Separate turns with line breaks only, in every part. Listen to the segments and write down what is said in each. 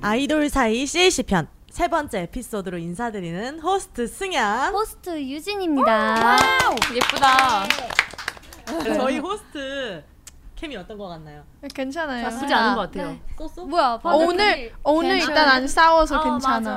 아이돌 사이 CLC 편 세 번째 에피소드로 인사드리는 호스트 승야.
호스트 유진입니다.
예쁘다.
저희 호스트 캠이 어떤 것 같나요?
괜찮아요.
나쁘지 않은 것 같아요.
쏘쏘?
뭐야?
어, 오늘 오늘
괜찮아요.
일단 안 싸워서
어,
괜찮아.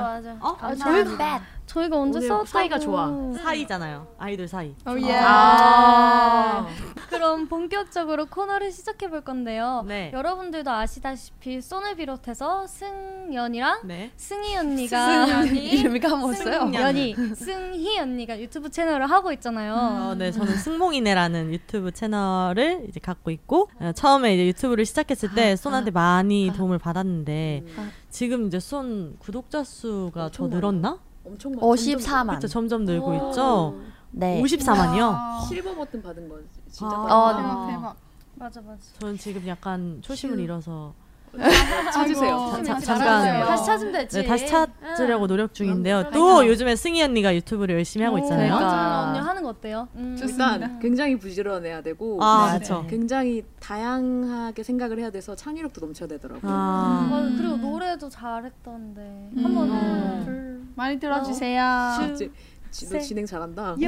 맞아 맞아.
어?
아, 저희가 저희가 언제
오늘
싸웠다고
사이가 좋아.
사이잖아요. 아이돌 사이.
오 예.
아.
그럼 본격적으로 코너를 시작해 볼 건데요.
네.
여러분들도 아시다시피 쏜을 비롯해서 승연이랑
네.
승희 언니가
이름이 까먹었어요.
연이 승희 언니가 유튜브 채널을 하고 있잖아요.
어, 네, 저는 승몽이네라는 유튜브 채널을 이제 갖고 있고 어, 처음에 이제 유튜브를 시작했을 때 쏜한테 많이 도움을 받았는데 지금 이제 쏜 구독자 수가 더 늘었나?
엄청 많
어, 54만.
그쵸, 점점 늘고 있죠.
네.
54만이요.
아,
실버 버튼 받은 거지. 진짜
아.
아.
대박 대박.
맞아 맞아.
저는 지금 약간 초심을 잃어서
찾으세요.
잠-
잘하세요.
다시 찾으면 되지.
네, 다시 찾으려고 노력 중인데요. 또
그러니까.
요즘에 승희 언니가 유튜브를 열심히 하고 있잖아요.
그러니까.
맞아. 언니 하는 거 어때요? 음.
좋습니다.
일단 굉장히 부지런해야 되고
아,
네.
그렇죠.
굉장히 다양하게 생각을 해야 돼서 창의력도 넘쳐야 되더라고요.
아,
맞아,
음.
그리고 노래도 잘했던데
음.
한 번은
음.
불
많이 들어주세요.
아, 지, 지, 너
세.
진행 잘한다.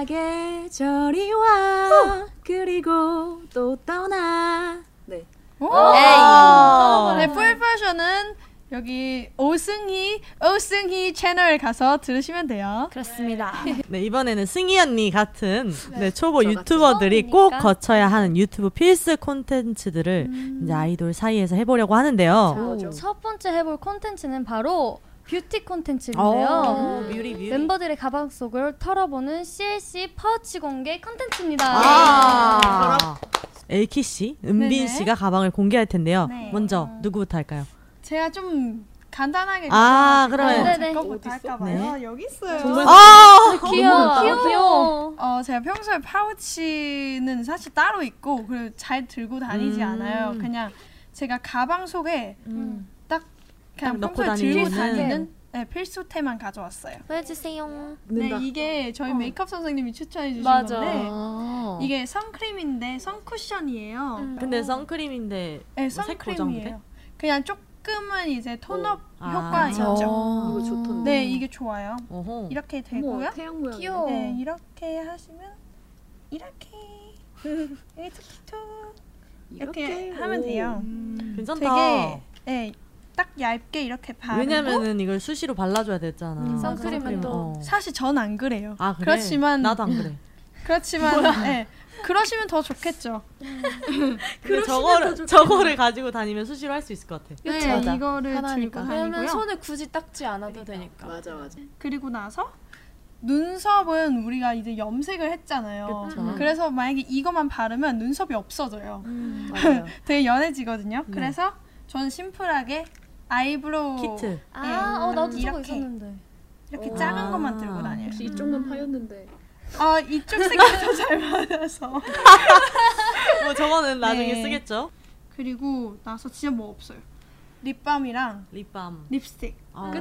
사계절이 와 그리고 또 떠나. 네.
어.
아.
네, 풀파션은 여기 오승희 오승희 채널 가서 들으시면 돼요.
그렇습니다.
네, 이번에는 승희 언니 같은 네, 초보
저 같은
유튜버들이
처음이니까.
꼭 거쳐야 하는 유튜브 필수 콘텐츠들을 이제 아이돌 사이에서 해보려고 하는데요.
뭐죠?
첫 번째 해볼 콘텐츠는 바로 뷰티 콘텐츠인데요.
오, 음, 뮤리 뮤리.
멤버들의 가방 속을 털어보는 CLC 파우치 공개 콘텐츠입니다.
아. 엘키 씨, 은빈
네네.
씨가 가방을 공개할 텐데요.
네.
먼저 누구부터 할까요?
제가 좀 간단하게
아, 그러면
네,
제
네.
것부터 할까 봐요. 여기 있어요.
아,
귀여워. 귀여워.
어, 제가 평소에 파우치는 사실 따로 있고 그리고 잘 들고 다니지
음.
않아요. 그냥 제가 가방 속에 딱
딱
그냥
넣고
평소에 들고
다니는.
다니는 네, 필수템만 가져왔어요.
보여주세요.
네,
는다.
이게 저희 메이크업 선생님이 추천해 주신
맞아.
건데
아.
이게 선크림인데 선쿠션이에요.
근데 선크림인데 음.
네,
뭐 색보정제?
선크림이에요. 그냥 조금은 이제 톤업
아,
효과 있죠.
어.
이거 좋던데.
네, 이게 좋아요.
어허.
이렇게 되고요.
어머, 태양 모양.
귀여워.
네, 이렇게 하시면 이렇게 이렇게 툭툭 이렇게, 하면 돼요.
괜찮다.
되게 네, 딱 얇게 이렇게 바르고
왜냐면은 이걸 수시로 발라줘야 됐잖아.
선크림은
선크림,
또
어.
사실 전 안 그래요.
아 그래?
그렇지만
나도 안 그래.
그렇지만 네, 그러시면 더 좋겠죠.
근데 저거를 저거를 가지고 다니면 수시로 할 수 있을 것 같아.
네,
맞아.
이거를
편하니까.
들고
왜냐면
다니고요.
손에 굳이 닦지 않아도 되니까.
맞아 맞아.
그리고 나서 눈썹은 우리가 이제 염색을 했잖아요.
그쵸.
래서 만약에 이거만 바르면 눈썹이 없어져요.
맞아요.
되게 연해지거든요. 그래서 저는 심플하게 아이브로우
키트.
아,
네.
어, 나도 저거
이렇게.
있었는데.
이렇게
오.
작은
아.
것만 들고 다녀요.
혹시 이쪽만 파였는데.
아 이쪽 색깔 더잘 맞아서.
뭐 저거는 나중에
네.
쓰겠죠.
그리고 나서 진짜 뭐 없어요. 립밤이랑
립밤.
립스틱.
어.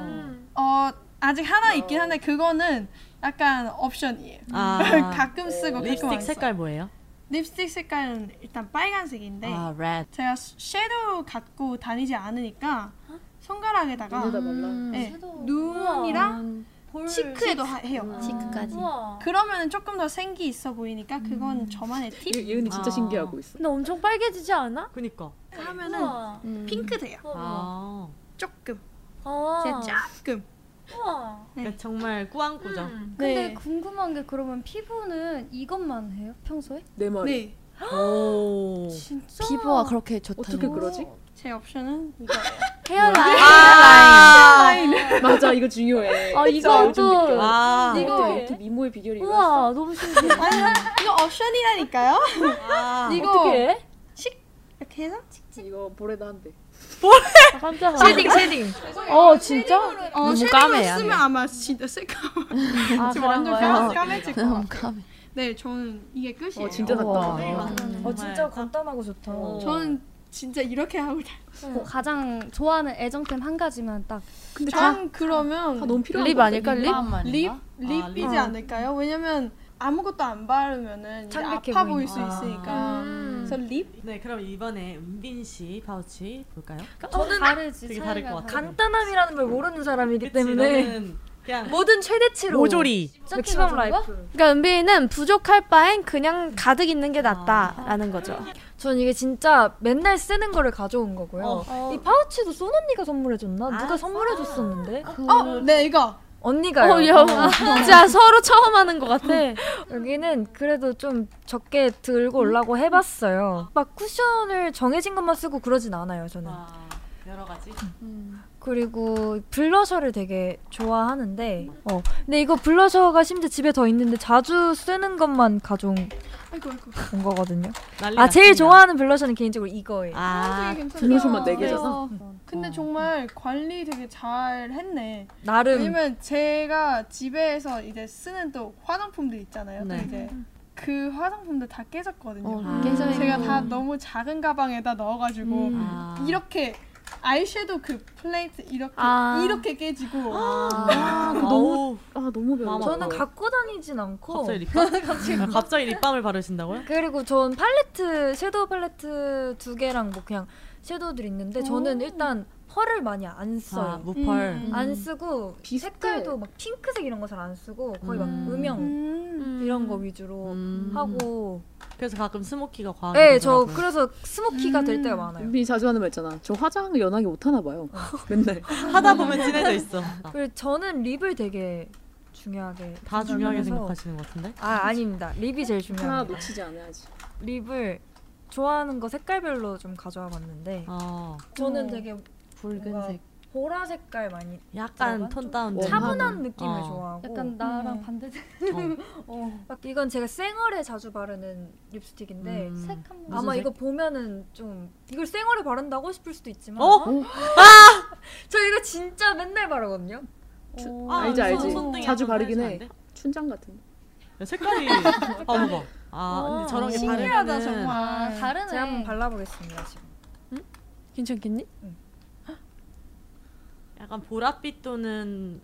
어 아직 하나 있긴 한데 그거는 약간 옵션이에요.
아.
가끔 쓰고 가끔 안
립스틱
써.
색깔 뭐예요?
립스틱 색깔은 일단 빨간색인데
아, 레드.
제가 수- 섀도우 갖고 다니지 않으니까 손가락에다가
눈에다 발라.
네,
섀도우.
눈이랑 치크에도 하- 해요.
치크까지.
우와.
그러면 조금 더 생기 있어 보이니까 그건 저만의 팁
예- 예은이 진짜
아.
신기하고 있어.
근데 엄청 빨개지지 않아?
그니까.
하면은
아.
우와.
핑크 돼요.
아.
조금,
아.
조금.
우와.
그러니까 정말 꾸안꾸죠.
근데
네.
궁금한 게 그러면 피부는 이것만 해요? 평소에?
내 머리.
네,
오.
진짜?
피부가 그렇게 좋다.
어떻게 그러지?
제 옵션은 이거예요.
헤어라인.
아,
맞아 이거 중요해.
아,
진짜
이건
좀
또-
느껴.
아,
어떻게
이거-
이렇게 미모의 비결이 있어?
우와 너무 신기해.
이거 옵션이라니까요?
아.
이거
어떻게 해?
이렇게 해서
이거 볼에도 한대.
아, 깜짝아.
쉐딩 쉐딩.
어 진짜?
어, 쉐딩을
까매야,
쓰면
네.
아마 진짜 쓸까 봐.
아
지금 완전
그런
까매-
거야.
까매질 것 같아요. 네, 저는 이게 끝이에요.
어 진짜
우와.
낫다.
아,
어 진짜 간단하고 좋다.
어.
저는 진짜 이렇게 하고 다녀요.
뭐
어, 가장 좋아하는 애정템 한 가지만 딱.
근데 전 그러면
다 너무 필요한
립
것 같아.
아닐까 립?
립
아,
립이지
립.
않을까요? 왜냐면 아무것도 안 바르면은 이제
창백해
아파 보일
보이니까.
수 있으니까. 그래서 립?
네, 그럼 이번에 은빈 씨 파우치 볼까요?
그러니까
어,
저는
다르지.
되게
차이가
다를 것 같아요.
다르지.
간단함이라는 걸 모르는 사람이기
그치,
때문에
너는 그냥
모든 최대치로
모조리.
맥시멈 라이프.
그러니까 은빈이는 부족할 바엔 그냥 가득 있는 게 낫다라는 거죠.
아. 전 이게 진짜 맨날 쓰는 거를 가져온 거고요.
어.
이 파우치도 쏜 언니가 선물해줬나?
아,
누가 선물해줬었는데
어, 네 이거.
언니가요.
어, 야,
어.
진짜 서로 처음 하는 것 같아.
여기는 그래도 좀 적게 들고 올라고 해봤어요. 막 쿠션을 정해진 것만 쓰고 그러진 않아요, 저는.
아, 여러 가지.
그리고 블러셔를 되게 좋아하는데, 어. 근데 이거 블러셔가 심지어 집에 더 있는데 자주 쓰는 것만 가져온
아이고 아이고.
온 거거든요.
난리
아, 제일
났습니다.
좋아하는 블러셔는 개인적으로 이거예요.
아,
되게 괜찮다.
블러셔만 네 개잖아.
근데
어. 음.
정말 관리 되게 잘 했네.
나름.
왜냐면 제가 집에서 이제 쓰는 또 화장품들 있잖아요.
네.
또 이제 그 화장품들 다 깨졌거든요.
어,
아.
깨져있는
제가 다 너무 작은 가방에다 넣어가지고
아.
이렇게 아이섀도 그 플레이트 이렇게
아.
이렇게 깨지고
아, 그거 너무
너무
아 너무 별로.
마마.
저는 갖고 다니진 않고.
갑자기 립밤? 갑자기 립밤을 바르신다고요?
그리고 전 팔레트 섀도우 팔레트 두 개랑 뭐 그냥 섀도우들 있는데 저는 일단 펄을 많이 안
아,
써요.
무펄.
음.
안 쓰고
비슷해.
색깔도 막 핑크색 이런 거 잘 안 쓰고 거의 막
음.
음영
음.
이런 거 위주로
음. 아,
하고
그래서 가끔 스모키가 과하게
네 저
되더라고요.
그래서 스모키가 될 때가
음.
많아요. 어.
은빈이 자주 하는 말 있잖아. 저 화장 연하게 못 하나 봐요. 맨날.
하다 보면 진해져 있어. 아,
그리고 저는 립을 되게 중요하게
다 중요하게
생각해서-
생각하시는 것 같은데?
아 아닙니다. 립이 제일
하나
중요합니다.
놓치지 않아야지.
립을 좋아하는 거 색깔별로 좀 가져와 봤는데
어,
저는 되게 붉은색 보라 색깔 많이
약간
들어간
톤
좀
다운. 된
차분한 느낌을
어.
좋아하고
약간 나랑 반대되는
막 이건 제가 생얼에 자주 바르는 립스틱인데
음.
색 한 번.
아마
무슨 색?
이거 보면은 좀 이걸 생얼에 바른다고 싶을 수도 있지만
어?
저 이거 진짜 맨날 바르거든요
아,
알지, 알지.
손- 손등에
자주
한번
바르긴
해주면
해.
안 돼?
춘장 같은 거.
야, 색깔이 아 봐봐. 아
어,
근데 저런 게
신기하다,
바르면은
정말.
아 다르네.
제가 한번 발라보겠습니다 지금
괜찮겠니?
약간 보랏빛 또는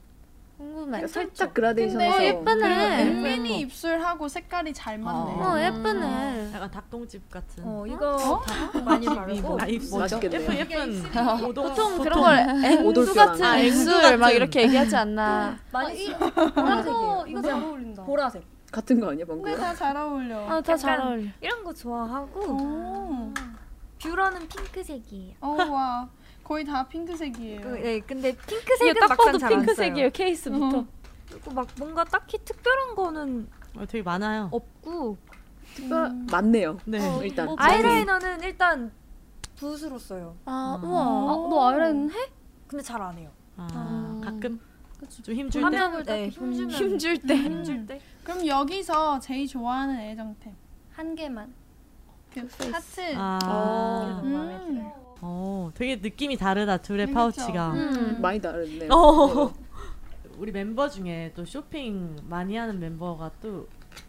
네,
궁금해.
그러니까 살짝 그라데이션
근데
해서
예쁘네.
은빈이 입술하고 색깔이 잘 맞네.
어.
어, 예쁘네.
약간 닭똥집 같은.
어 이거 다 많이 바르고
아, 입술.
맛있겠네요.
예쁜 예쁜. 보통
보통 그런 걸
오돌뼈
앵두 같은
나는.
앵술 막 이렇게 얘기하지 않나.
많이 쓰 어,
이거
아,
이거 잘 어울린다.
보라색
같은 거 아니야 방금?
근데 다 잘 어울려.
아, 다 잘
약간
어울려.
이런 거 좋아하고
오.
뷰러는 핑크색이에요
어, 와. 거의 다 핑크색이에요.
그, 네 근데
이게
핑크색은
딱 봐도
막상 잘안
핑크색이에요
써요
케이스부터.
어.
그리고 막 뭔가 딱히 특별한 거는
어, 되게 많아요.
없고
특별 아, 맞네요.
네.
일단
뭐 아이라이너는 일단 붓으로 써요.
아
음.
우와.
아, 너 아이라인 해?
근데 잘 안 해요.
아, 가끔 좀 힘줄 때.
화면을 네, 힘주면
힘줄 때.
힘줄 때.
음. 그럼 여기서 제일 좋아하는 애정템.
한 개만.
그 하트.
아.
음. 마음에
음.
어, 되게 느낌이 다르다 둘의
네,
파우치가.
음, 많이 다르네요.
어. 우리 멤버 중에 또 쇼핑 많이 하는 멤버가 또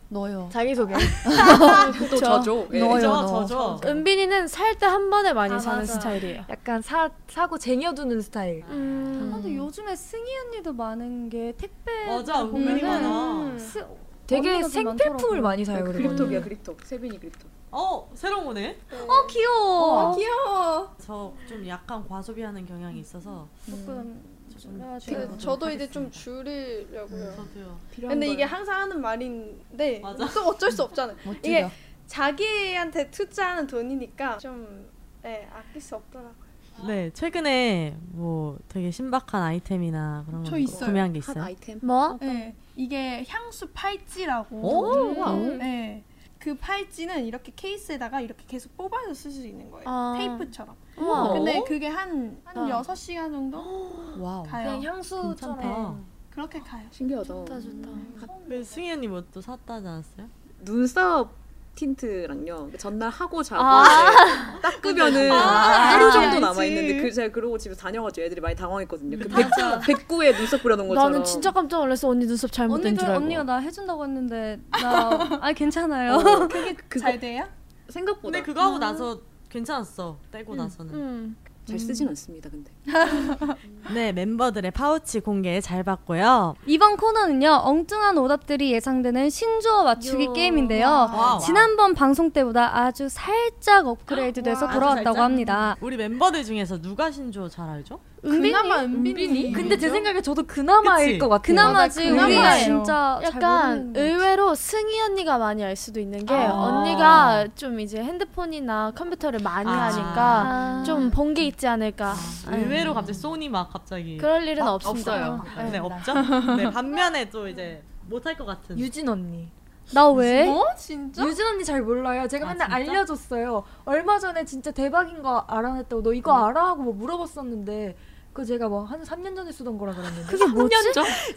넣어요.
자기소개.
또 저죠. 예.
넣어요,
저죠,
넣어.
저죠.
은빈이는 살 때 한 번에 많이
아,
사는
맞아.
스타일이에요.
약간 사 사고 쟁여두는 스타일.
아, 근데 요즘에 승희 언니도 많은 게 택배.
맞아, 어,
음.
은근히 많아.
스...
되게
언니가 좀
생필품을
많더라고요.
많이 사요. 네, 그리고
그립톡이야 그립톡. 세빈이 그립톡.
어, 새로운 거네.
어 귀여워.
귀여워.
저 좀 약간 과소비하는 경향이 있어서
조금.
좀
줄여야
음.
저도 이제 좀 줄이려고요.
저도요.
필요한
근데 이게
거를.
항상 하는 말인데
맞아.
또 어쩔 수 없잖아요. 이게 자기한테 투자하는 돈이니까 좀 예, 아낄 수 없더라고요.
네, 최근에 뭐 되게 신박한 아이템이나 그런
저
거
있어요.
구매한 게
한
뭐?
있어요.
네. 아이템.
뭐?
예, 이게 향수 팔찌라고.
오,
네. 그 팔찌는 이렇게 케이스에다가 이렇게 계속 뽑아서 쓸 수 있는 거예요.
아.
테이프처럼.
어?
우와.
근데 그게 한,
아.
한 6시간 정도
와우.
가요.
네,
괜찮다.
어.
그렇게 가요.
신기하다.
좋다 좋다.
그 승현이 뭐 또 샀다지 않았어요?
눈썹 틴트랑요. 그 전날 하고 자고 이제 닦으면은 하루 정도 남아 있는데 그 제가 그러고 집에 다녀가지고 애들이 많이 당황했거든요. 그 백구 백구에 눈썹 뿌려놓은 것처럼.
나는 진짜 깜짝 놀랐어 언니 눈썹 잘못된
언니도
줄 알고.
언니가 나 해준다고 했는데 나아 괜찮아요.
그게
어, 그거-
잘 돼요?
생각보다
근데 그거 하고 나서 괜찮았어. 떼고 나서는.
음.
잘 쓰진 않습니다. 근데
네, 멤버들의 파우치 공개 잘 봤고요.
이번 코너는요 엉뚱한 오답들이 예상되는 신조어 맞추기 게임인데요.
와우.
지난번 방송 때보다 아주 살짝 업그레이드돼서
와,
돌아왔다고
살짝? 음.
합니다.
우리 멤버들 중에서 누가 신조 잘 알죠?
그나마 은빈이?
근데 제 생각에 저도 그나마일
그치?
것 같아요.
그나마지
맞아,
우리
그나마예요.
진짜 잘
약간
모르는 거.
의외로 승희 언니가 많이 알 수도 있는 게
아.
언니가 좀 이제 핸드폰이나 컴퓨터를 많이
아.
하니까
아.
좀 본 게 있지 않을까.
의외로 갑자기 소니 막 갑자기.
그럴 일은 없습니다.
네, 예. 없죠. 네, 반면에 또 이제 못할 것 같은.
유진 언니.
나
네?
왜?
어? 진짜?
유진 언니 잘 몰라요. 제가
아,
맨날
진짜?
알려줬어요. 얼마 전에 진짜 대박인 거 알아냈다고 너 이거 알아? 하고 뭐 물어봤었는데 그거 제가 뭐 한 3년 전에 쓰던 거라 그랬는데 그게 뭐지?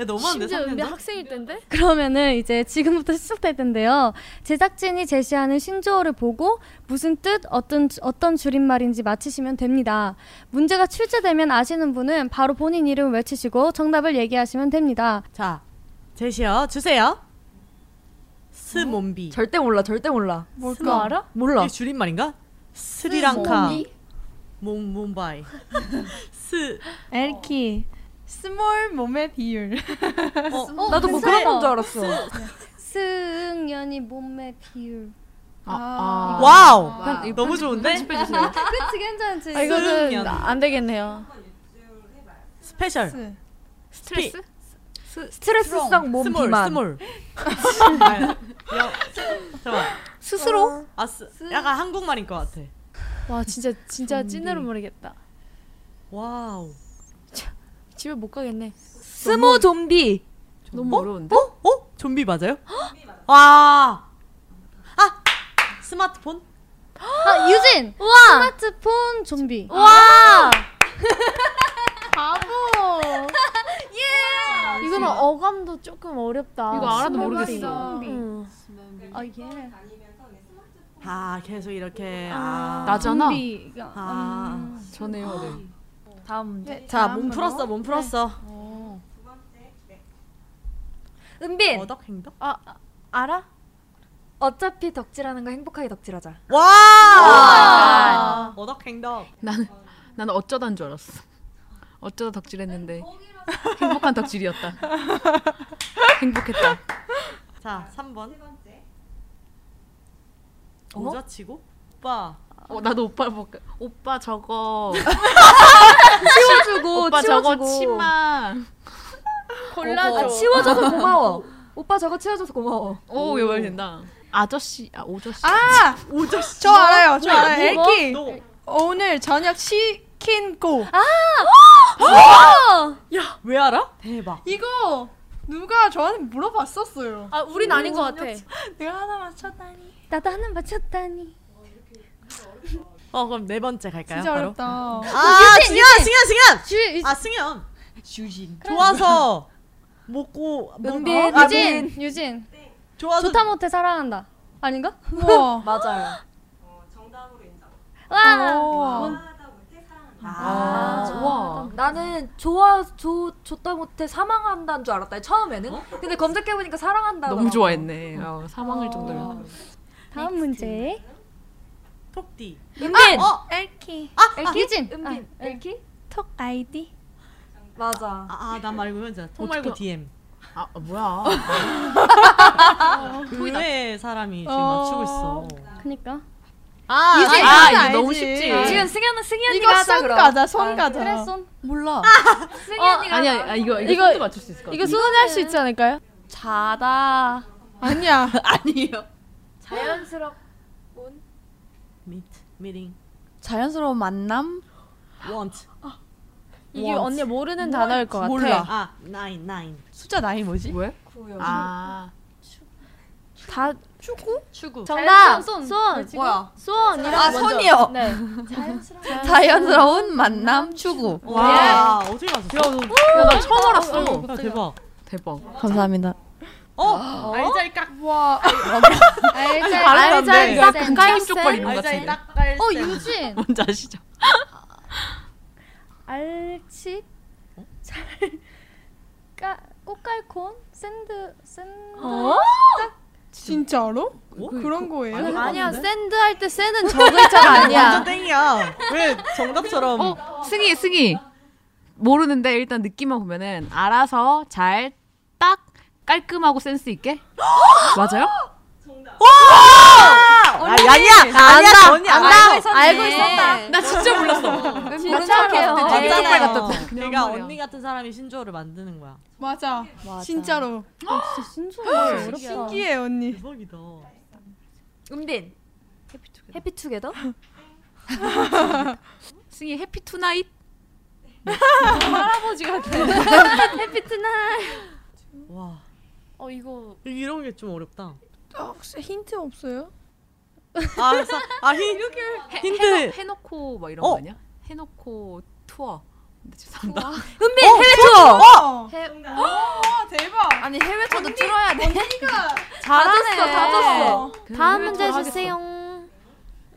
야, 너무한데
심지어 은비
3년
학생일 텐데.
그러면은 이제 지금부터 시작될 텐데요. 제작진이 제시하는 신조어를 보고 무슨 뜻, 어떤 어떤 줄임말인지 맞히시면 됩니다. 문제가 출제되면 아시는 분은 바로 본인 이름을 외치시고 정답을 얘기하시면 됩니다.
자, 제시어 주세요. 스몬비.
절대 몰라. 절대 몰라.
뭘까 알아?
몰라.
이게 줄임말인가? 스리랑카. 몽 몽바이. 스.
엘키. 스몰 몸의 비율.
어,
나도 뭐 그런 건 줄 알았어.
승연이 몸매 비율.
와우. 너무 좋은데?
그치 괜찮지?
아, 이거는
승연.
안 되겠네요.
스페셜. 스트레스?
스트레스성 몸
스몰
비만.
스몰. 아니, 여- 잠깐만.
스스로?
아, 스, 약간 한국말인 것 같아.
와 진짜 진짜 찐으로 모르겠다.
와우.
집에 못 가겠네.
스모 좀비.
너무 어? 려운데
어? 어? 좀비 맞아요? 와. 아. 스마트폰?
아, 유진. 스마트폰 좀비.
와!
아.
바보. 예. 이거는 어감도 조금 어렵다.
이거 알아도
스몰
모르겠어.
머리. 응.
음.
아 예.
아, 계속 이렇게. 아.
나잖아.
좀비가.
아.
전에요. 네.
다음
네,
자, 몸
다음으로.
풀었어. 몸 풀었어.
은빈.
어덕 행덕?
아, 아, 알아?
어차피 덕질하는 거 행복하게 덕질하자.
와! 어덕 행덕.
나는 나는 어쩌다인 줄 알았어. 어쩌다 덕질했는데 행복한 덕질이었다. 행복했다.
자, 3번. 모자치고? 오빠.
어 나도 오빠 볼까? 오빠 저거
치워주고
오빠
치워주고.
저거 치마.
아, 치워줘서 고마워. 오빠 저거 치워줘서 고마워.
오 외발 된다. 아저씨 아 오저씨.
아! 오저씨. 저 알아요. 저 알아요.
뭐?
엘키.
너.
오늘 저녁 치킨고.
왜 알아? 대박.
이거 누가 저한테 물어봤었어요.
아, 우린 아닌 것 같아.
내가 하나 맞췄다니.
나도 하나 맞췄다니.
어, 그럼 네 번째 갈까요?
진짜
바로?
어렵다.
아, 승현, 승현, 승현.
주
아, 승현. 주진. 좋아서 먹고
은빈.
아,
유진. 유진.
좋아서
좋다 못해 사랑한다. 아닌가?
우와.
맞아요.
와.
우와.
아,
와.
나는 좋아 조 좋다 못해 사망한다는 줄 알았다 처음에는. 근데 검색해 보니까 사랑한다.
너무 좋아했네. 어, 사망할 정도면.
다음 문제.
톡디.
은빈.
아,
엘키.
아, 어,
유진. 아,
은빈. 엘키?
톡 아이디.
맞아.
아, 아, 나 말고 현자. 통 말고 어, DM.
아 아, 뭐야?
의외의 그 사람이 지금
어.
맞추고 있어.
그니까.
아,
유진.
아,
알지,
이거 너무
알지.
쉽지.
지금 승현은 승현이가
이거
하자
손
그럼.
가자. 손 가자.
아, 그래 손.
몰라.
승현이가.
아니야 아, 이거 이거
이거-
손도 맞출 수 있을 것 같아.
이거 수선이 할 수 있지 않을까요? 자다.
아니야.
아니에요.
자연스럽.
미트 미팅
자연스러운 만남?
원트.
이게 언니 모르는 단어일 것 같아.
몰라.
아, 나인 나인.
숫자 나이 뭐지?
왜? 아
다
축구?
추구.
정답.
손.
손.
뭐야?
손. 이라고
아,
먼저.
손이요.
네.
자연스러운 만남 추구.
와 어떻게 맞았어?
야, 나 처음 알았어.
야, 대박.
대박. 감사합니다.
어?
아,
아니, 발음이 안 돼.
네.
나
네. 그
가까이 쪽발 있는 것 같은데.
어 유진.
뭔지 아시죠?
알치. 잘. 까 꽃갈콘 샌드 샌드.
진짜로? 그런 거예요?
아니야 샌드 할 때 샌은 저
그
글자가
완전
아니야.
땡이야. 왜 정답처럼
어, 승희 승희 모르는데 일단 느낌만 보면은 알아서 잘 딱 깔끔하고 센스 있게 맞아요?
아, 아니야 아니야 전혀
안다.
아니야.
알고
네.
있었다.
나 진짜 몰랐어.
모른 척해요.
네.
맞아요.
깜짝발 같았다. 그러니까
그냥
언니 같은 사람이 신조어를 만드는 거야.
맞아. 진짜로.
네.
신조어 어렵다.
신기해 언니.
대박이다.
은빈. 해피투게더.
승희 해피 투나잇
와
어 이거
이런 게 좀 어렵다.
아, 혹시 힌트 없어요?
아, 그래서, 아 힌, 힌트.
해놓고 막 이런
어.
거 아니야? 해놓고 투어. 근데 죄송합니다.
은빈 해외 투어.
어.
해-
아, 대박.
아니 해외 쳐도 틀어야 돼.
잘하네.
줬어.
네.
다음 문제 주세요.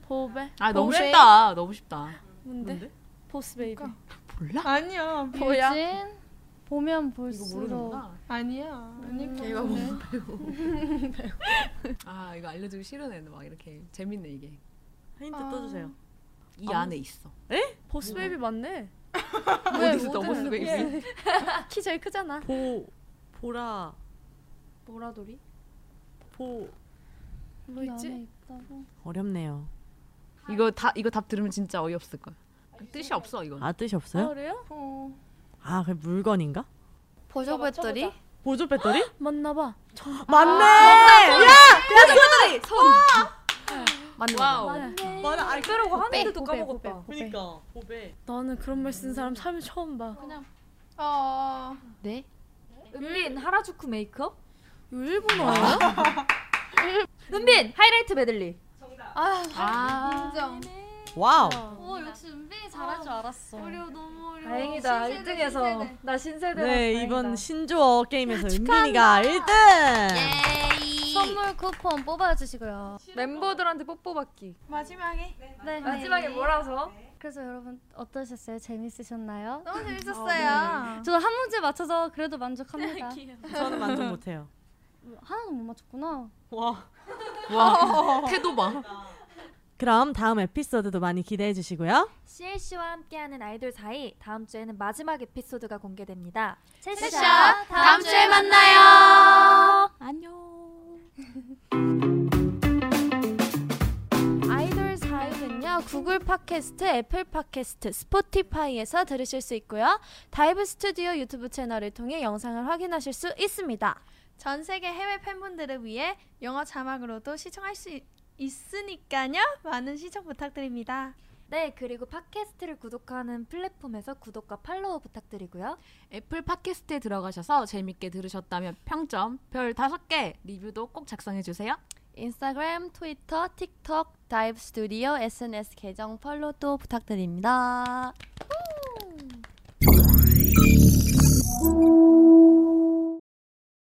보배.
아 너무
보배?
쉽다. 너무 쉽다.
뭔데? 보스 베이비.
그러니까
몰라.
아니야. 미-
유진. 보면 볼수록.
아, 모르는구나.
아니야. 아닐 거
이거
같은데.
아 이거 알려주기 싫은 애는 막 이렇게 재밌네 이게
힌트 떠주세요.
이 안에 있어.
보스 베이비 맞네.
어디서 넘었어 베이비?
키 제일 크잖아.
보 보라
보라돌이?
보
뭐 있지?
어렵네요.
이거 다 이거 답 들으면 진짜 어이없을 거야. 뜻이 없어 이건.
아 뜻이
아,
없어요?
그래요?
어.
아 그냥 물건인가?
보조 배터리?
보조 배터리? 아,
맞나 봐.
맞네. 예!
맞네. 와우.
맞아. 아 그러고
하는데도 까먹었다.
그러니까 보배.
나는 그런 말 쓴 사람 삶에 처음 봐.
어.
네.
은빈 하라주쿠 메이크업? 아.
이거 일본어야?
은빈 하이라이트 메들리.
아.
와우.
오 역시 은빈이 잘할 줄 아, 알았어. 어려 너무 어려.
다행이다. 1등에서 나 음, 신세대.
네 이번 신조어 게임에서 은빈이가
예.
1등.
선물 쿠폰 뽑아주시고요.
멤버들한테 뽀뽀받기.
마지막에.
네.
마지막에 몰아서.
그래서 여러분 어떠셨어요? 재밌으셨나요?
너무 재밌었어요.
저도 한 문제 맞춰서 그래도 만족합니다.
저는 만족 못해요.
하나도 못 맞췄구나.
와.
와. 태도 봐.
그럼 다음 에피소드도 많이 기대해 주시고요.
CL 씨와 함께하는 아이돌 사이 다음 주에는 마지막 에피소드가 공개됩니다.
채샤,
다음
주에
만나요. 안녕.
아이돌 사이는요 구글 팟캐스트, 애플 팟캐스트, 스포티파이에서 들으실 수 있고요 다이브 스튜디오 유튜브 채널을 통해 영상을 확인하실 수 있습니다.
전 세계 해외 팬분들을 위해 영어 자막으로도 시청할 수 있- 있으니까요. 많은 시청 부탁드립니다.
네, 그리고 팟캐스트를 구독하는 플랫폼에서 구독과 팔로우 부탁드리고요.
애플 팟캐스트에 들어가셔서 재밌게 들으셨다면 평점 별 5개 리뷰도 꼭 작성해 주세요.
인스타그램, 트위터, 틱톡, 다이브 스튜디오, SNS 계정 팔로우도 부탁드립니다.